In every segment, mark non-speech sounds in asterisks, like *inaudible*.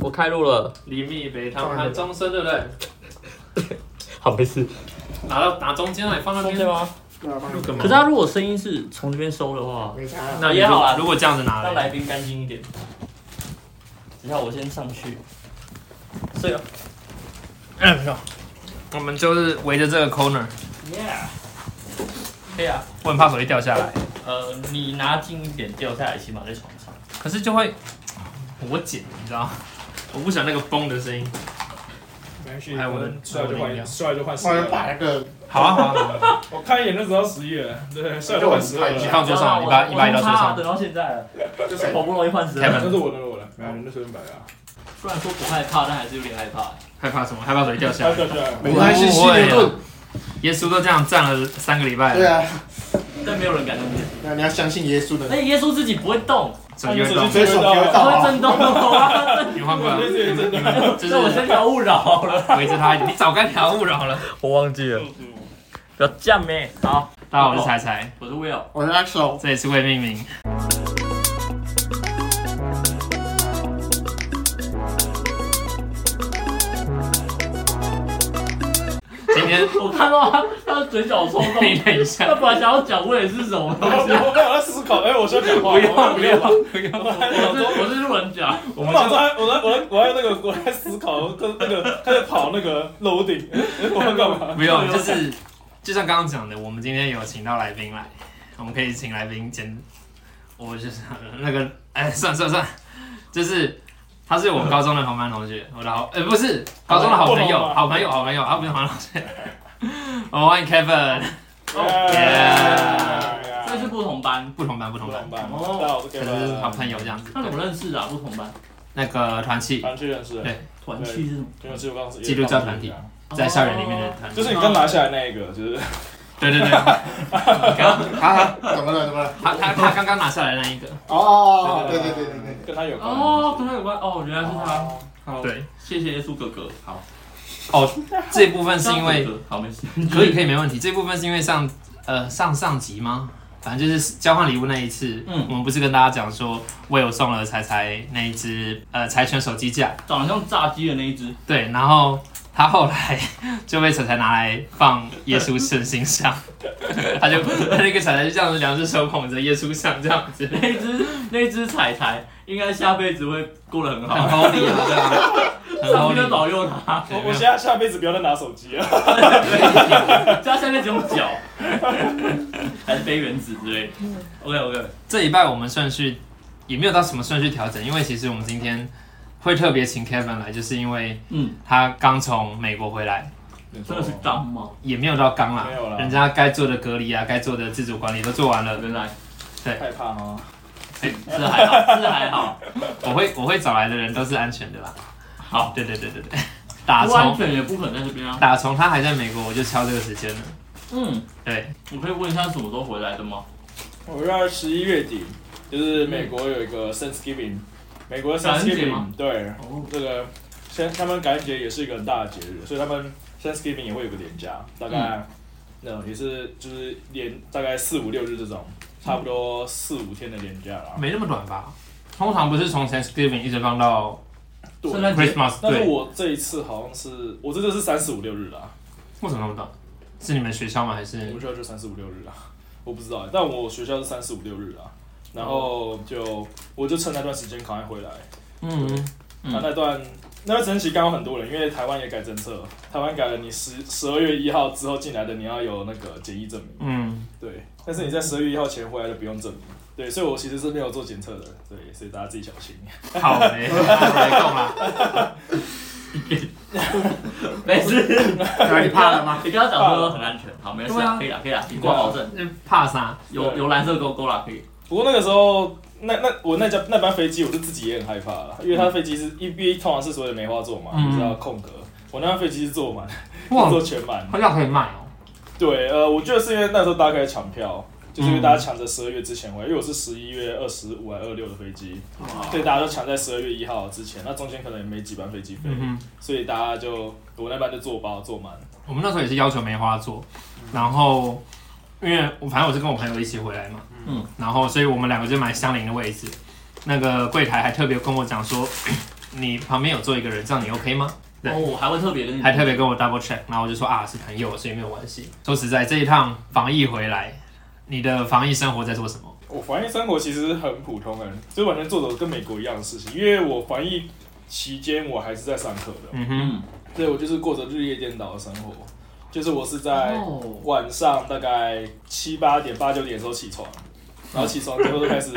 我开录了，厘米北汤和中深，对不对？好没事。拿到拿中间来放那中边间吗？对啊，帮录你个毛可是他如果声音是从这边收的话，没差啊。那也好啦如果这样子拿让嘞，来宾干净一点。等一下我先上去。是啊。嗯，没有我们就是围着这个 corner，哎 Yeah。可以啊。我很怕手机掉下来，呃，你拿近一点掉下来，起码在床上。可是就会我剪，你知道吗？我不喜欢那个嘣的声音。没关系，哎我的帅就我的饮料换，帅就换十我二要把那个好啊，好啊，好啊，我看一眼就知道十一了，对，帅就换啊十二就我了你们啦，放桌啊上，你把你把你到桌上等。到现在了，就谁好不容易换身 Kevin 那是我的，那是我的，没有，那随便摆啊。虽然说不害怕，但还是有点害怕。害怕什么？害怕手机掉下他来。掉下来了，没关系，西牛顿。耶稣都这样站了三个礼拜对了，啊，但没有人敢动你。那你要相信耶稣的而。且哎耶稣自己不会动，手机会动。所以手机会不到会啊。震动的话，你换过来，对对对你们 *laughs* 就是那我先聊勿扰了。围着他，你早该聊勿扰了。我忘记了，不要这样咩。好，大家好，我是彩彩，我是 Will。我是 Axel，这里是未命名。今天 *laughs* 我看到他他的嘴角抽 *laughs* 动，你等一下他本来想要讲我也是什么东 *laughs* 我西，我刚刚思考，哎，我需要讲话，不要我啊不要我不 *laughs* 要，我是我是路人甲，我我们脑子就还，我在我在我在那个我在思考，我跟那个他在跑那个楼顶，我要干嘛？不用，就是就像刚刚讲的，我们今天有请到来宾来，我们可以请来宾简，我就是 *laughs* 那个哎，算算算，就是他是我高中的同班同学，我的好呃不是高中的好朋友，好朋友好朋友，他不是同班同学，我们欢迎 Kevin， *laughs* 哎 Yeah 这是不同班。不同班不同不班同，班，哦大哎家好，我是可是好 Kevin，朋友这样子，那怎么认识的啊？不同班那个团契团去认识的，对团契是什么？因为是我刚刚是基督教团体在校园里面哦的团就契，是你刚拿下来那一个，就是对对对，他啊，怎么了？怎么了？他他刚刚拿下来那一个，哦，对对对对对。跟他有关哦，跟他有关哦，原来是他。好，对，哦谢谢耶稣哥哥。好，这部分是因为。哥哥好没事，可以可以没问题。这部分是因为上呃上上集吗？反正就是交换礼物那一次，嗯我们不是跟大家讲说，我有送了彩彩那一只呃柴犬手机架，长得像炸鸡的那一只，对，然后他后来 *laughs* 就被彩彩拿来放耶稣圣心 *laughs* 上，他就他那个彩彩就这样子，两只手捧着耶稣像这样子， *laughs* 那一只那一只彩彩，应该下辈子会过得很很好。好礼啊，对啊， *laughs* 很好上礼帝。保佑 *laughs* 他，对我没我有现在下辈子不要再拿手机了。他下辈子用脚， *laughs* 还是飞原子之类的。OK OK，这一拜我们顺序也没有到什么顺序调整，因为其实我们今天会特别请 Kevin 来，就是因为嗯，他刚从美国回来，真的是刚吗？也没有到刚啦没有，啦人家该做的隔离啊，该做的自主管理都做完了。原来害怕哦吗？是还好，是还好，我会我会找来的人都是安全的啦。好，对对对对对，打不安从全也不可能在这边啊。打从他还在美国，我就敲这个时间了。嗯，对，我可以问一下什么时候回来的吗？我在十一月底，就是美国有一个 Thanksgiving，美国的感恩节 Thanksgiving，吗对，哦，这个先他们感恩节也是一个很大的节日，所以他们 Thanksgiving 也会有个连假，大嗯概那也是就是连大概四五六日这种，差不多四五天的连假啦。没那么短吧？通常不是从 Thanksgiving 一直放到对圣，诞节 Christmas，但是对，我这一次好像是我这次是三四五六日啦，为什么那么短？是你们学校吗？还我是们学校就三四五六日啦，啊 *laughs* 我不知道欸，但我学校是三四五六日啦。然后就我就趁那段时间赶快回来，嗯，嗯他那段那段整体刚好很多人，因为台湾也改政策，台湾改了你十十二月一号之后进来的你要有那个检疫证明，嗯，对，但是你在十二月一号前回来的不用证明，对，所以我其实是没有做检测的，对，所以大家自己小心。好 *laughs* 嘞，来啊够吗？没事，对，你怕了吗？ *laughs* 你跟他讲说很安全，好，没事啊，可以啦，可以啦，你挂保啊证，怕啥？有有蓝色勾勾啦，可以。不过那个时候，那那我那架那班飞机，我是自己也很害怕啦，因为他飞机是一 B 通常是所有的梅花座嘛，嗯就是要空格，我那班飞机是坐满，哇， *laughs* 坐全满，好像可以卖哦。对，呃，我觉得是因为那时候大家开始抢票，就是因为嗯大家抢着十二月之前回来，因为我是十一月二十五还二六的飞机，对，大家都抢在十二月一号之前，那中间可能也没几班飞机飞，嗯哼。所以大家就我那班就坐包坐满，我们那时候也是要求梅花座，然后因为我反正我是跟我朋友一起回来嘛，嗯，然后所以我们两个就买相邻的位置，那个柜台还特别跟我讲说， *clears throat* 你旁边有坐一个人，这样你 OK 吗？对哦，我还会特别跟你还特别跟我 double check，然后我就说啊是朋友，所以没有关系。说实在，这一趟防疫回来，你的防疫生活在做什么？我防疫生活其实很普通哎，就完全做着跟美国一样的事情，因为我防疫期间我还是在上课的，嗯哼，嗯，对我就是过着日夜颠倒的生活，就是我是在哦，晚上大概七八点八九点的时候起床，然后起床之后就开始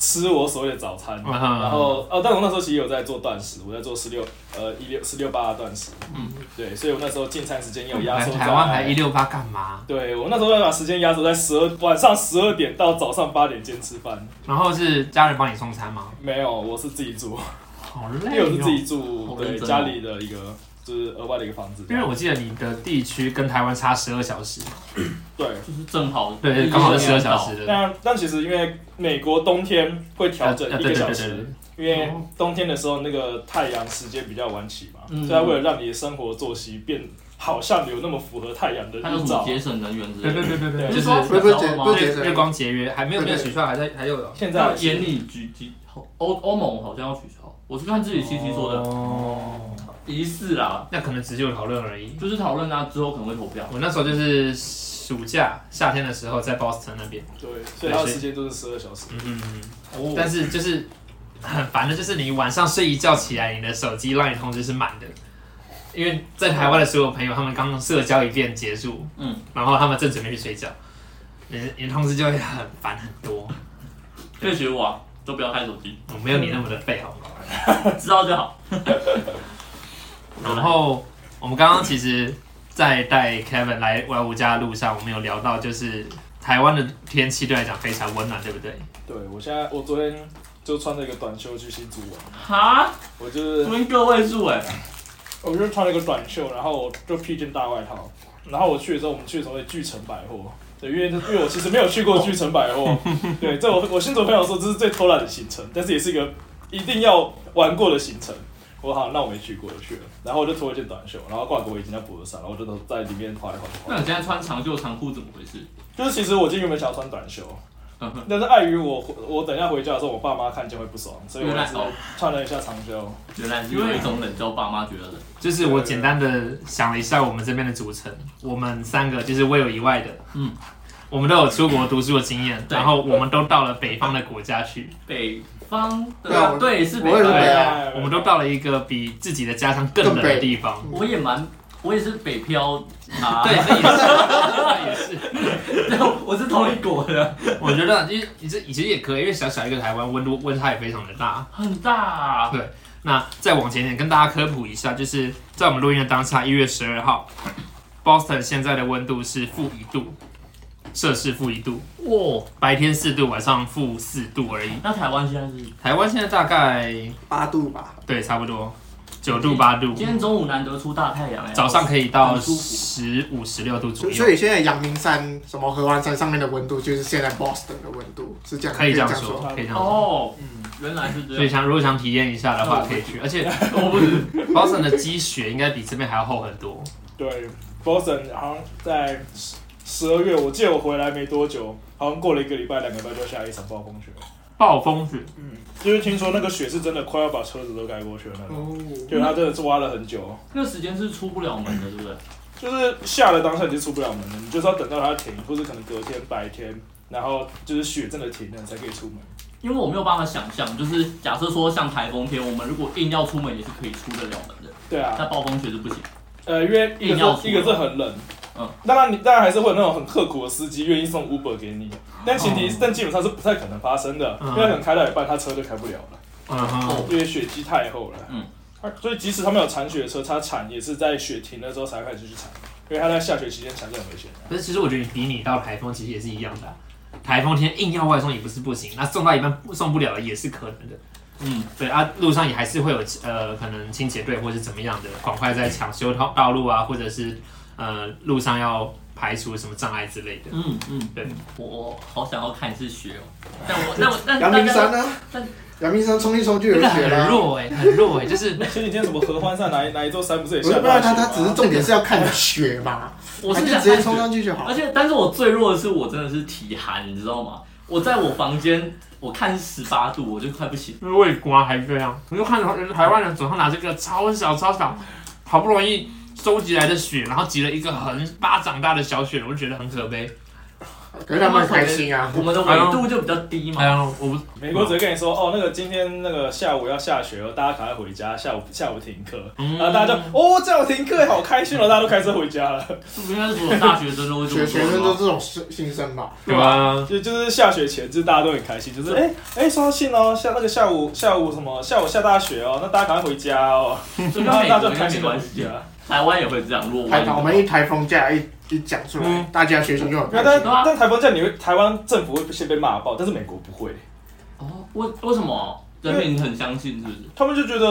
吃我所谓的早餐，嗯哼然后哦，但我那时候其实有在做断食，我在做十六呃一六十六八的断食，嗯，对，所以我那时候进餐时间有压来缩在台湾还一六八干嘛？对我那时候要把时间压缩在十二晚上十二点到早上八点间吃饭，然后是家人帮你送餐吗？没有，我是自己住，好因累为我是自哦。己住好认对真哦家里的一个就是额外的一个房子，因为我记得你的地区跟台湾差十二小时，对，就是正好对对，刚好是十二小时的。那但其实因为美国冬天会调整啊一对个对小对对时对，哦因为冬天的时候那个太阳时间比较晚起嘛，嗯所以它为了让你的生活作息变好像有那么符合太阳的他有日什照么，节省能源之对类对的。对对对，对就是不是不是节不是节月省，光节约，还没有没有取消，还在还有的。现在那眼里举举欧欧盟好像要取消，我是看自己七七说的，哦，疑似啦，那可能只是有讨论而已。就是讨论啊，之后可能会投票。我那时候就是暑假夏天的时候在 Boston 那边，对，所以它的时间都是十二小时。嗯嗯嗯。哦但是就是很烦的，就是你晚上睡一觉起来，你的手机 LINE 通知是满的，因为在台湾的所有朋友，他们刚社交一遍结束，嗯，然后他们正准备去睡觉，你的你的通知就会很烦很多。可以学我啊，都不要看手机，我没有你那么的废好吗？知道就好。然后我们刚刚其实，在带 Kevin 来来我家的路上，我们有聊到就是。台湾的天气对来讲非常温暖，对不对？对我现在我昨天就穿了一个短袖去新竹玩，哈，我这就是边个位数哎、我就穿了一个短袖，然后我就披一件大外套，然后我去的时候，我们去的时候在巨城百货。对，因为因为我其实没有去过巨城百货，对，这我我新竹朋友说这是最偷懒的行程，但是也是一个一定要玩过的行程。我好，那我没去过，我去了，然后我就脱了一件短袖，然后挂个围巾在脖子上，然后我就都在里面滑来滑去。那你现在穿长袖长裤怎么回事？就是其实我今天原本想要穿短袖嗯哼，但是碍于我我等一下回家的时候，我爸妈看见会不爽，所以我还是原来哦穿了一下长袖。原来是有一种冷，之后爸妈觉得冷。就是我简单的想了一下我们这边的组成，我们三个就是 Will 以外的，嗯，我们都有出国读书的经验，对然后我们都到了北方的国家去，北方对啊的我对是北我也是方哎北的，啊我们都到了一个比自己的家乡更冷的地方。我也蛮，我也是北漂 *laughs* 啊。对，，这也是，这也是。 *laughs* 我是同一国的，我觉得因为这其实也可以，因为小小一个台湾，温度温差也非常的大。很大、啊。那再往前一点，跟大家科普一下，就是在我们录音的当下，一月十二号，Boston 现在的温度是负一度，摄氏负一度。哇，白天四度，晚上负四度而已。那台湾现在是台湾现在大概八度吧，对差不多九度八度，今天中午难得出大太阳哎、早上可以到很舒服十五十六度左所以右所。以现在阳明山什么合欢山上面的温度就是现在 Boston 的温度，是这样可以这样说说，可以这样说。哦，嗯，原来是这所以样。想如果想体验一下的那话，我可以去。而且我不是 Boston 的积雪应该比这边还要厚很多。对，Boston 好像在十十二月，我记得我回来没多久，好像过了一个礼拜、两个礼拜就下一场暴风雪。暴风雪，嗯，就是听说那个雪是真的快要把车子都盖过去了那种，就嗯哦，它真的是挖了很久，那时间是出不了门的，对不对？就是下了当下你就出不了门了，你就是要等到它停，或是可能隔天白天，然后就是雪真的停了你才可以出门。因为我没有办法想象，就是假设说像台风天，我们如果硬要出门也是可以出得了门的，对啊，但暴风雪是不行。呃，因为一硬要个出是一个是很冷，嗯，当然你当然还是会有那种很刻苦的司机愿意送 Uber 给你，但前提、哦但基本上是不太可能发生的，嗯因为可能开到一半他车就开不了了，嗯哦哼，因为雪积太厚了，嗯它，所以即使他们有铲雪车，他铲也是在雪停了之后才开始去铲，因为他在下雪期间铲是很危险的，可是其实我觉得比你到台风其实也是一样的啊、台风天硬要外送也不是不行，那送到一半送不了也是可能的。嗯，对啊，路上也还是会有呃，可能清洁队或是怎么样的，赶快在抢修道道路啊，或者是呃路上要排除什么障碍之类的。嗯嗯，对，我我好想要看一次雪哦，但我但我但阳明山呢？呢但？阳明山冲一冲就有那个雪很了。弱哎、很弱哎、就是前几天什么合欢山哪一哪一座山不是也不是下不然大他雪吗？他只是重点是要看雪嘛，啊我是就想直看接雪冲上去就好而。且，但是我最弱的是，我真的是体寒，你知道吗？我在我房间，我看是十八度，我就快不行。呃因为胃瓜还这样，我就看到台湾人手上拿这个超小超小，好不容易收集来的雪，然后集了一个很巴掌大的小雪，我就觉得很可悲。可是他们很开心啊。我们的纬度就比较低哎嘛，呀，我不美国只会跟你说，哦，那个今天那个下午要下雪了，大家赶快回家，下午下午停课，嗯然后大家就哦，下午停课，好开心哦，大家都开车回家了。是不是应该是所有大学生都会这学么学生说都是吗？这种新新生吧？对吧？就就是下雪前，就是大家都很开心，就是哎哎，收到信哦，下那个下午下午什么下午下大雪哦，那大家赶快回家哦，就跟啊然后美大家国就应开该没心地关回系家。啊。台湾也会这样落台湾。我们一台风假一一讲出来嗯，大家学生就很那开但心。啊但台风假，你会台湾政府会先被骂爆，但是美国不会，哦，为为什么人民很相信是不是？他们就觉得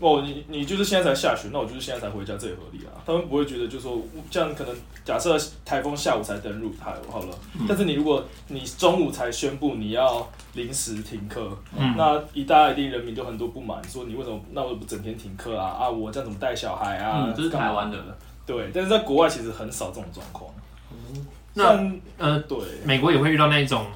哦，你你就是现在才下雪，那我就是现在才回家，这也合理啊。他们不会觉得就说这样可能假设台风下午才登陆台好了，嗯但是你如果你中午才宣布你要临时停课，嗯，那一大家一定人民就很多不满，说你为什么那我不整天停课啊啊，我这样怎么带小孩啊？嗯，这是干嘛台湾的。对，但是在国外其实很少这种状况。那但呃，对，美国也会遇到那种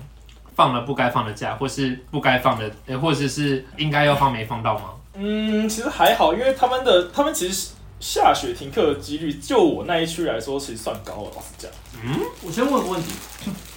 放了不该放的假，或是不该放的，呃或者是应该要放没放到吗？嗯，其实还好，因为他们的他们其实下雪停课的几率，就我那一区来说，其实算高了，老实讲。我先问个问题，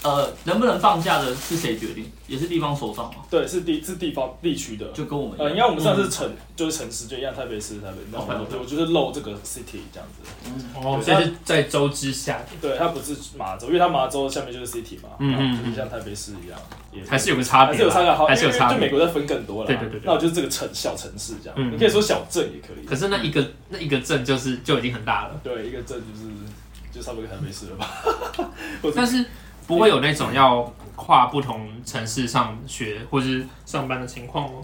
呃，能不能放假的是谁决定？也是地方首长吗？对，是地是地方地区的。就跟我们呃，一因样。为我们上次城、就是城市就一样，台北市台北，然哦后台北我就我就是漏这个 city 这样子。哦这是在州之下，对，它不是马州，因为它马州下面就是 city 嘛，嗯嗯，嗯就是像台北市一样，也还是有个差还别是有差啦，个好，还是有因为差就美别。国再分更多了。对对对对那我就是这个城小城市这样，嗯你可以说小镇也可以。可是那一个那一个镇就是就已经很大了。对，一个镇就是就差不多跟台北市了吧。或者但是不会有那种要跨不同城市上学或是上班的情况吗？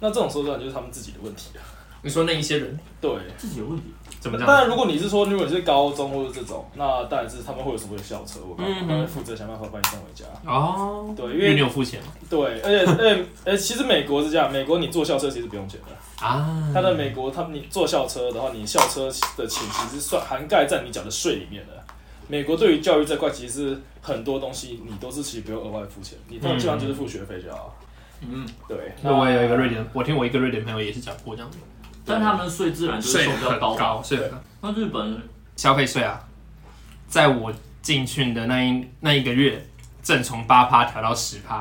那这种说段就是他们自己的问题了。啊你说那一些人对，自己有问题。怎么讲？那当然，如果你是说，如果你是高中或者这种，那当然是他们会有所谓的校车，我嗯嗯们会负责想办法把你送回家。哦，对，因因为你为有付钱嘛对，而且而且呃，其实美国是这样，美国你坐校车其实不用钱的。啊，他在美国，他们你坐校车的话，你校车的钱其实算涵盖在你缴的税里面的。美国对于教育这块，其实是很多东西你都是其实不用额外付钱，你基本上就是付学费就好。嗯，对，那我也有一个瑞典，我听我一个瑞典朋友也是讲过这样，但他们的税自然就是收比较很高吧。高，税很高那日本人消费税啊，在我进去的那一那一个月，正从八趴调到十趴，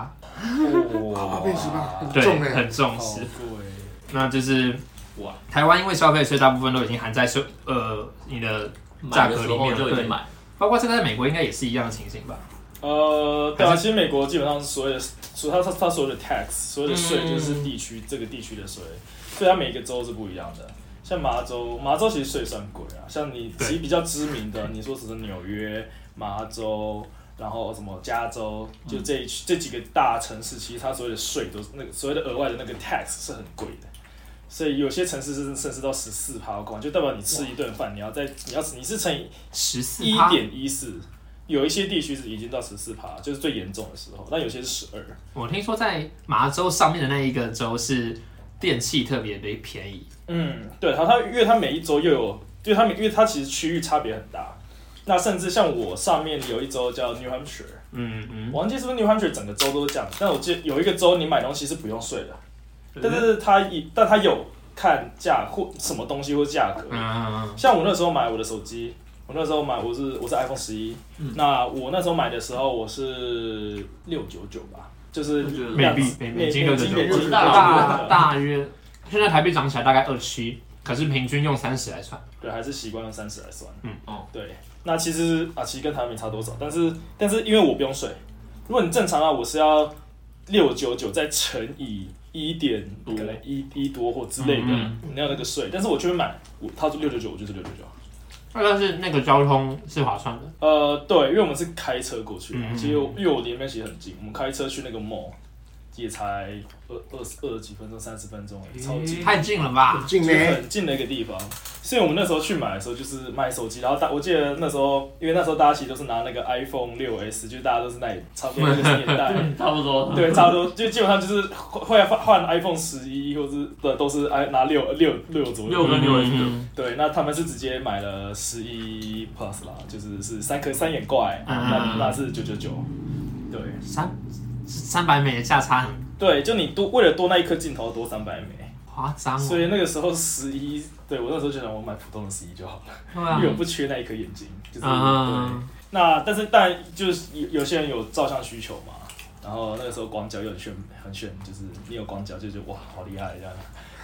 哇 *laughs* 哇变十八对，哦重欸很重好视。贵。那就是哇台湾因为消费税大部分都已经含在税呃你的，买的时候就已经买，包括这个在美国应该也是一样的情形吧？呃，对啊，还其实美国基本上所有的，所它它它所有的 tax，所有的嗯税就是地区、这个地区的税，所以它每个州是不一样的。像麻州，麻州其实税算贵啊，像你对其实比较知名的，你说什么纽约、麻州，然后什么加州，就这一嗯区、这几个大城市，其实它所有的税都是那个所谓的额外的那个 tax 是很贵的。所以有些城市是甚至到十四趴光，就代表你吃一顿饭，你要在你要你是乘以十四一趴，点一四，有一些地区是已经到十四趴，就是最严重的时候，但有些是十二。我听说在麻州上面的那一个州是电器特别的便宜，嗯，对，它它因为它每一周又有，对它每因为它其实区域差别很大。那甚至像我上面有一周叫 New Hampshire，嗯嗯，我忘记是不是 New Hampshire 整个州都是这样，但我记得有一个州你买东西是不用税的，但是它一但它有看价或什么东西或价格，嗯，像我那时候买我的手机，我那时候买我是我是 iPhone 十一、那我那时候买的时候我是六九九吧，就是就觉得美币美美美金六九九美我金知道大大大约现在台币涨起来大概二七，可是平均用三十来算，对，还是习惯用三十来算。嗯哦，对，那其实啊，其实跟台湾没差多少，但是但是因为我不用税，如果你正常啊，我是要六九九再乘以一点可多能一一多或之类的，嗯你要那个税，但是我就会买，我他说六九九，我就是六九九。那但是那个交通是划算的，呃，对，因为我们是开车过去的，嗯其实我因为我离那边其实很近，我们开车去那个 mall 也才二二十二十几分钟、三十分钟而已，超级太近了吧？进就呢，很近的一个地方。所以我们那时候去买的时候，就是买手机，然后大我记得那时候，因为那时候大家其实都是拿那个 iPhone 六 S，就是大家都是那差不多那个年代。 *laughs* 嗯差不多。对，差不多，就基本上就是换换换 iPhone 十一，或是的都是 i 拿六六六左右，六跟六 S 的，嗯对，那他们是直接买了十一 Plus 啦，就是是三颗三眼怪，嗯那那是九九九，对，三三百美的价差很对，就你多为了多那一颗镜头多三百枚，夸张哦，所以那个时候十一，对我那时候就想我买普通的十一就好了，对啊因为我不缺那一颗眼睛，就是、对啊。，那但是但就是有有些人有照相需求嘛，然后那个时候广角又很炫很炫，就是你有广角就觉得哇好厉害这样，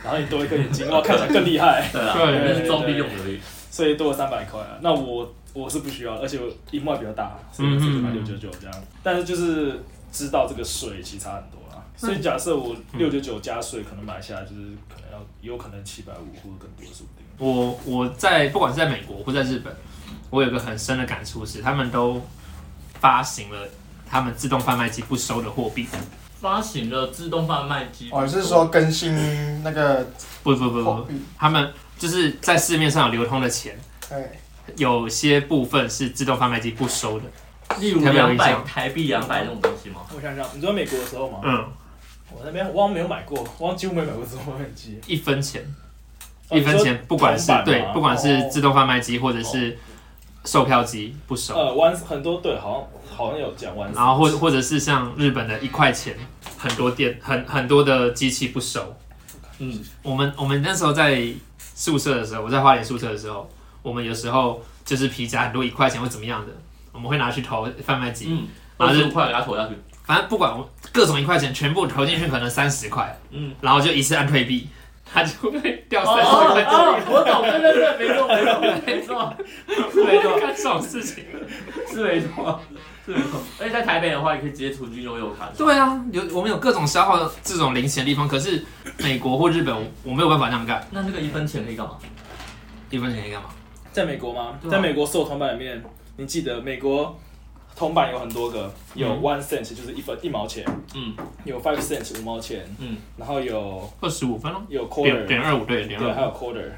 然后你多一颗眼睛，哇看起来更厉害，对啊，对那是装逼用的而已。所以多了三百块啊。那我我是不需要，而且我荧幕还比较大，所以我是买六九九这样。但是就是知道这个税其实差很多啦。所以假设我六九九加税，可能买下来就是可能要有可能七百五或者更多，说不定。我我在不管是在美国或在日本，我有一个很深的感触是，他们都发行了他们自动贩卖机不收的货币。发行了自动贩卖机，哦，你是说更新那个不不不货哦不，币？他们就是在市面上有流通的钱，哎，有些部分是自动贩卖机不收的。例如有没有两印百象台币两百那种东西吗？我想想，你知道美国的时候吗？嗯，我那边我好像没有买过，我好像几乎没买过这种东西。一分钱，哦一分你说钱，不管是铜板吗对，不管是哦自动贩卖机或者是售票机不收，呃，湾很多对，好像好像有讲湾。然后或或者是像日本的一块钱，很多店很很多的机器不收。嗯，我们我们那时候在宿舍的时候，我在花莲宿舍的时候，我们有时候就是皮夹很多一块钱或怎么样的，我们会拿去投贩卖机，嗯，二十五块给他投下去。反正不管我各种一块钱全部投进去，可能三十块，嗯，然后就一次按退币，它就会掉哦三十块进哦，我懂，对对对，没错没错没错，去，对，就干这种事情。是没错是没错。而且哎在台北的话，也可以直接储君悠游卡。是吧，对啊，有我们有各种消耗这种零钱的地方，可是美国或日本我我没有办法这样干，那这个一分钱可以干嘛？一分钱可以干嘛？在美国吗？对啊在美国所有铜板里面，你记得美国铜板有很多个，有嗯 one cent 就是一分一毛钱，嗯，有 five cent 五毛钱，嗯，然后有二十五分钟，有点 quarter，点二五对，点对，还二五，有 quarter，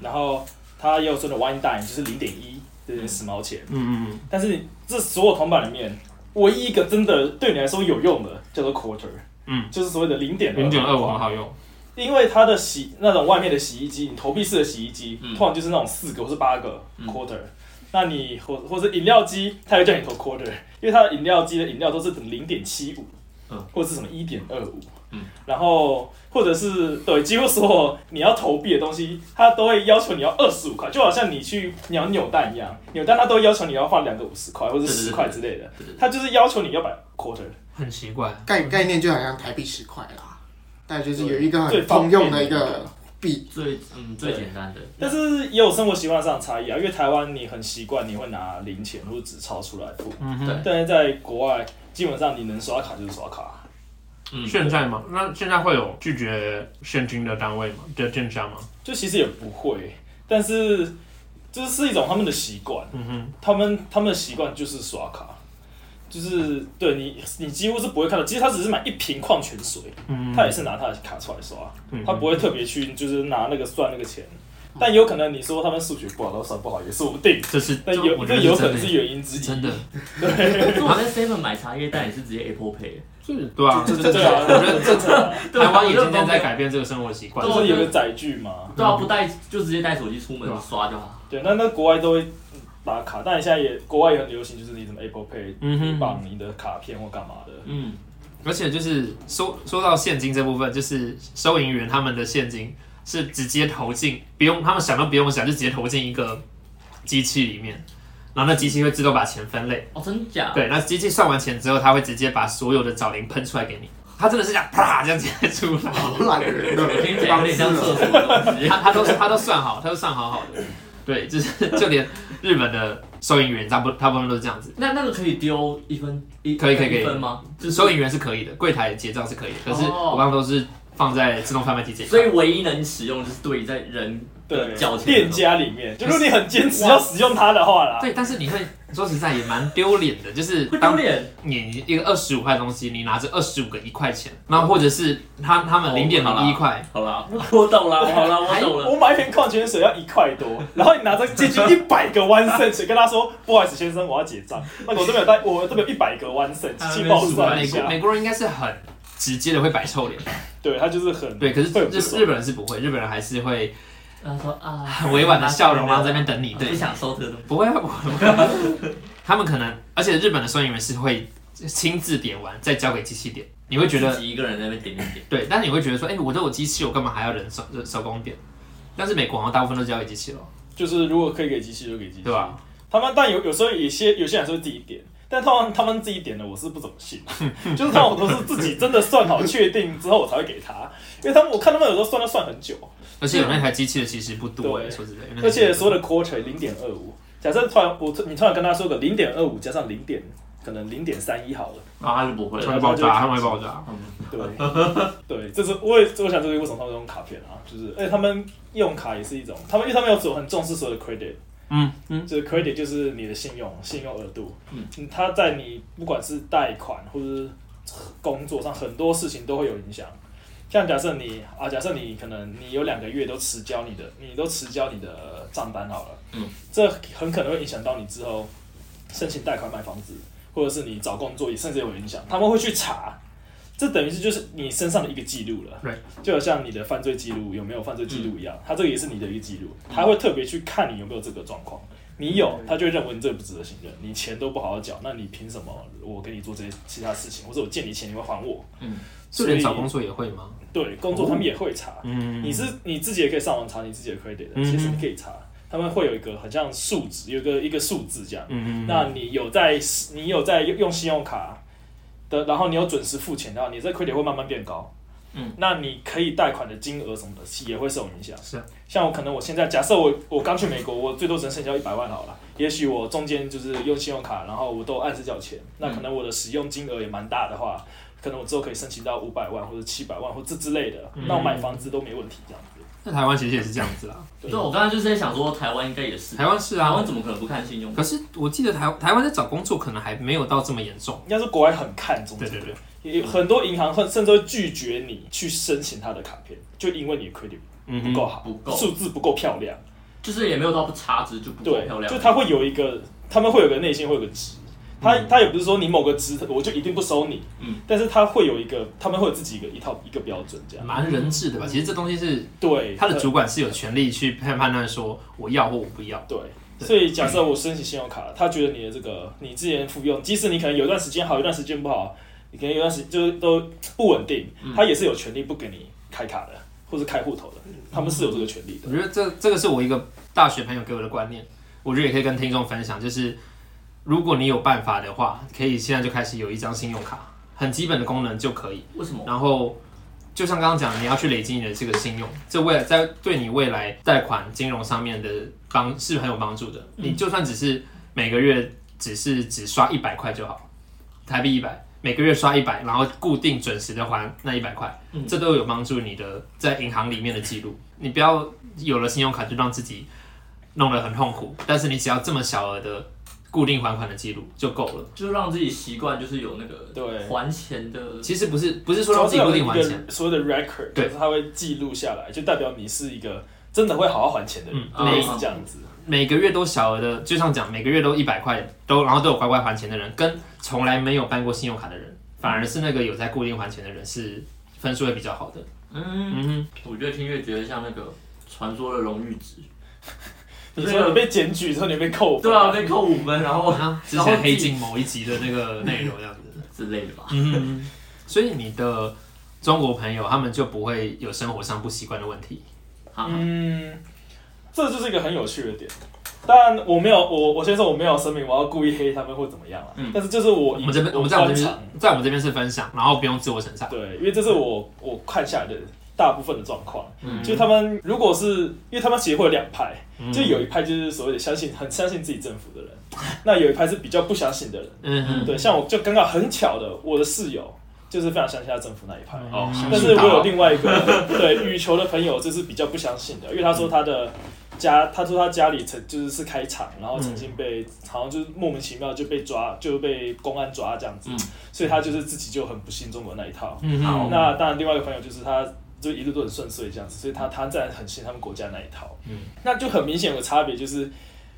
然后它也有真的 one dime 就是零点一，对，十毛钱。嗯嗯嗯，但是这所有铜板里面，唯一一个真的对你来说有用的叫做 quarter，嗯，就是所谓的零点零点二五很好用。因为它的洗那种外面的洗衣机，你投币式的洗衣机，嗯通常就是那种四个或是八个嗯 quarter，、那你或或是饮料机，它会叫你投 quarter，因为它的饮料机的饮料都是等零点七五，嗯，或者是什么一点二五，嗯，然后或者是对，几乎所有你要投币的东西，它都会要求你要二十五块，就好像你去你要扭蛋一样，扭蛋它都会要求你要放两个五十块或者对对对十块之类的对对对，它就是要求你要摆 quarter。很奇怪，概概念就好像台币十块啦，但就是有一个最很方通便用的一的一个个币，最嗯最简单的，但是也有生活习惯上的差异啊，因为台湾你很习惯你会拿零钱或者纸钞出来付，嗯哼但是在国外基本上你能刷卡就是啊刷卡，嗯，现在吗？那现在会有拒绝现金的单位吗？的店家吗？就其实也不会，但是这是一种他们的习惯，嗯哼，他们他们的习惯就是刷卡，就是对你你几乎是不会看到，其实他只是买一瓶矿泉水，嗯他也是拿他的卡出来刷，嗯他不会特别去就是拿那个算那个钱，但有可能你说他们数学不好，他算不好也说不定，这是但有我这觉得有可能真是的原因之一，真的，可是我在 Seven 买茶叶蛋也是直接 Apple Pay，是对啊，这这这对啊我觉得 *laughs* 正常啊。这台湾也渐渐在改，改变这个生活习惯都，是有个载具嘛。对啊，不带就直接带手机出门刷就好。对，那那国外都会打卡，但现在也国外也很流行，就是你怎么 Apple Pay 嗯哼，绑你的卡片或干嘛的。嗯，而且就是说说到现金这部分，就是收银员他们的现金是直接投进，不用他们想都不用想，就直接投进一个机器里面，然后那机器会自动把钱分类。哦，真假？对，那机器算完钱之后，它会直接把所有的找零喷出来给你。它真的是这样啪这样直接出来，好懒人 *laughs* 的听起来有点像方式厕哦。所的东西。 *laughs* 它它都是它都算好，它都算好好的。 *laughs* 对，就是 *laughs* 就连日本的收银员，大部大部分都是这样子。那那个可以丢一分一，可以可以可以一分吗？就是收银员是可以的，柜台结账是可以的，可是哦我刚刚都是放在自动贩卖机这一块所以唯一能使用就是对在人对的交，钱的店家里面，就如果你很坚持要使用它的话啦，对，但是你会说实在也蛮丢脸的，就是会丢当脸。你一个二十五块的东西，你拿着二十五个一块钱，然后或者是他他们零点零一块，好啦，我懂了，好啦，我懂了。我买一瓶矿泉水要一块多，然后你拿着 *laughs* 接近一百个 one cent 跟他说，不好意思先生，我要结账。那个我这边有带，我这边有一百个 one cent，请啊帮我算一美国下。美国人应该是很直接的会摆臭脸，对他就是很对，可是会有日不爽日本人是不会，日本人还是会他说啊，很委婉的笑容，然后啊在那边等你，不对，想收这个东西。啊 *laughs* 不会啊，不会，不会他们可能，而且日本的收银员是会亲自点完再交给机器点，你会觉得自己一个人在那边点点点，对，但是你会觉得说，哎、我都有机器，我干嘛还要人手人手工点？但是美国好像大部分都交给机器了，就是如果可以给机器就给机器，对吧？他们但有有时候有些有些人还是会自己点，但通常他们自己点的我是不怎么信， *laughs* 就是他们我都是自己真的算好确定之后我才会给他，因为他们我看他们有时候算都算很久，而且有那台机器的其实不多、对说实在，有那台而且机器所有的 quarter 零点二五，假设突然我你突然跟他说个零点二五加上零点可能零点三一好了， *laughs* 啊他就不会他对了。们会爆炸，他们会爆炸。对对，这是我也我想这是为什么他们用卡片啊，就是而且他们用卡也是一种，他们因为他们有所很重视所有的 credit。嗯嗯，就是 credit 就是你的信用信用额度，嗯嗯，它在你不管是贷款或者是工作上很多事情都会有影响。像假设你啊，假设你可能你有两个月都迟交你的，你都迟交你的账单好了，嗯，这很可能会影响到你之后申请贷款买房子，或者是你找工作也甚至有影响。他们会去查，这等于是就是你身上的一个记录了 Right 就好像你的犯罪记录有没有犯罪记录一样，它这个也是你的一个记录，他会特别去看你有没有这个状况。你有，他就会认为你这不值得信任，你钱都不好好缴，那你凭什么我跟你做这些其他事情，或者我借你钱你会还我？嗯，就所以嗯连找工作也会吗？对工作他们也会查，嗯，你是你自己也可以上网查你自己的 credit 的，嗯其实你可以查，他们会有一个很像数值，有一个一个数字这样。嗯嗯，那你有在你有在用信用卡的，然后你有准时付钱的话，你这 credit 会慢慢变高。嗯，那你可以贷款的金额什么的也会受影响。是啊像我可能我现在假设我我刚去美国，我最多只能剩下一百万好了。也许我中间就是用信用卡，然后我都按时缴嗯钱，那可能我的使用金额也蛮大的话，可能我之后可以申请到五百万或者七百万或这之类的，嗯那我买房子都没问题这样子。那台湾其实也是这样子 *laughs* 啦，对对，我刚刚就是在想说，台湾应该也是，台湾是台啊湾，怎么可能不看信用？可是我记得台台湾在找工作可能还没有到这么严重。应该是国外很看重这对个，对对，也有很多银行会甚至会拒绝你去申请他的卡片，就因为你的 credit 嗯不够好，不够数字不够漂亮，就是也没有到不差值就不够对漂，亮，就他会有一个，他们会有个内心会有个值，他他也不是说你某个值我就一定不收你，嗯，但是他会有一个，他们会有自己一个一套一个标准这样，蛮人质的吧？其实这东西是对，他的主管是有权利去判判断说我要或我不要。对。所以，假设我申请信用卡，他觉得你的这个，你之前服用，即使你可能有一段时间好，有一段时间不好，你可能有一段时就是都不稳定，嗯他也是有权利不给你开卡的，或是开户头的，他们是有这个权利的。我觉得这这个是我一个大学朋友给我的观念，我觉得也可以跟听众分享，就是如果你有办法的话，可以现在就开始有一张信用卡，很基本的功能就可以。为什么？然后就像刚刚讲，你要去累积你的这个信用，这未来在对你未来贷款金融上面的帮是很有帮助的。你就算只是每个月只是只刷一百块就好，台币一百，每个月刷一百，然后固定准时的还那一百块，嗯这都有帮助你的在银行里面的记录。你不要有了信用卡就让自己弄得很痛苦，但是你只要这么小额的固定还款的记录就够了。就让自己习惯，就是有那个对还钱的，其实不是不是说让自己固定还钱，所谓的 record，对就是它会记录下来，就代表你是一个真的会好好还钱的人，嗯类似这样子。每个月都小额的，就像讲每个月都一百块，都然后都有乖乖还钱的人，跟从来没有办过信用卡的人，反而是那个有在固定还钱的人是分数会比较好的。嗯，嗯我越听越觉得像那个传说的荣誉值，你说你被检举之后，你被扣分，对啊，被扣五分，然后哼，啊，之然后前自己黑嗯镜某一集的那个内容样子。之类的吧。嗯，所以你的中国朋友他们就不会有生活上不习惯的问题。好，嗯，这就是一个很有趣的点。但我没有，我我先说我没有声明我要故意黑他们或怎么样啊。嗯但是就是我我以们这边我们在我观们这察边，在我们这边是分享，然后不用自我审查。对，因为这是我我看下来的大部分的状况。嗯就是他们如果是因为他们协会有两派，嗯就有一派就是所谓的相信很相信自己政府的人，那有一派是比较不相信的人。嗯哼对，像我就刚刚很巧的，我的室友就是非常相信他政府那一嗯派，哦但是我有另外一个对羽球的朋友，就是比较不相信的，因为他说他的家，他说他家里曾就是是开厂，然后曾经被、好像就是莫名其妙就被抓，就被公安抓这样子，嗯所以他就是自己就很不信中国那一套。嗯哼，那当然，另外一个朋友就是他。就一路都很顺遂这样子，所以他他自然很信他们国家那一套。嗯，那就很明显有个差别，就是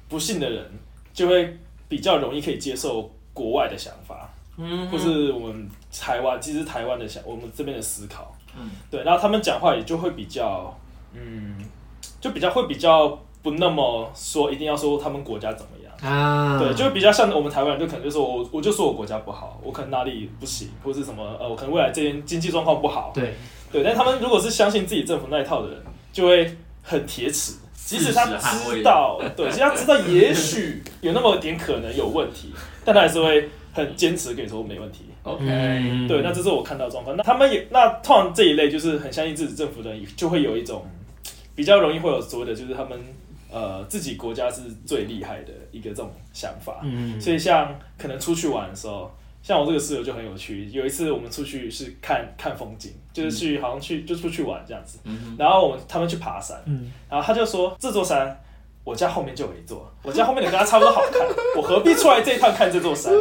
不信的人就会比较容易可以接受国外的想法，嗯哼或是我们台湾，其实台湾的想，我们这边的思考，嗯，对，然后他们讲话也就会比较，嗯，就比较会比较不那么说一定要说他们国家怎么样，啊，对，就比较像我们台湾人，就可能就说我我就说我国家不好，我可能哪里不行，或是什么呃，我可能未来这边经济状况不好，对，对，但他们如果是相信自己政府那一套的人，就会很铁齿，即使他事实捍卫知道，对，即使他知道也许有那么点可能有问题，但他还是会很坚持跟你说没问题。 OK，嗯对，那这是我看到的状况。那他们也那通常这一类就是很相信自己政府的人，就会有一种比较容易会有所谓的，就是他们呃自己国家是最厉害的一个这种想法。嗯，所以像可能出去玩的时候，像我这个室友就很有趣。有一次我们出去是看看风景，就是去好像去就出去玩这样子。嗯然后我们他们去爬山，嗯然后他就说这座山我家后面就有一座，我家后面的跟他差不多好看，我何必出来这一趟看这座山呢？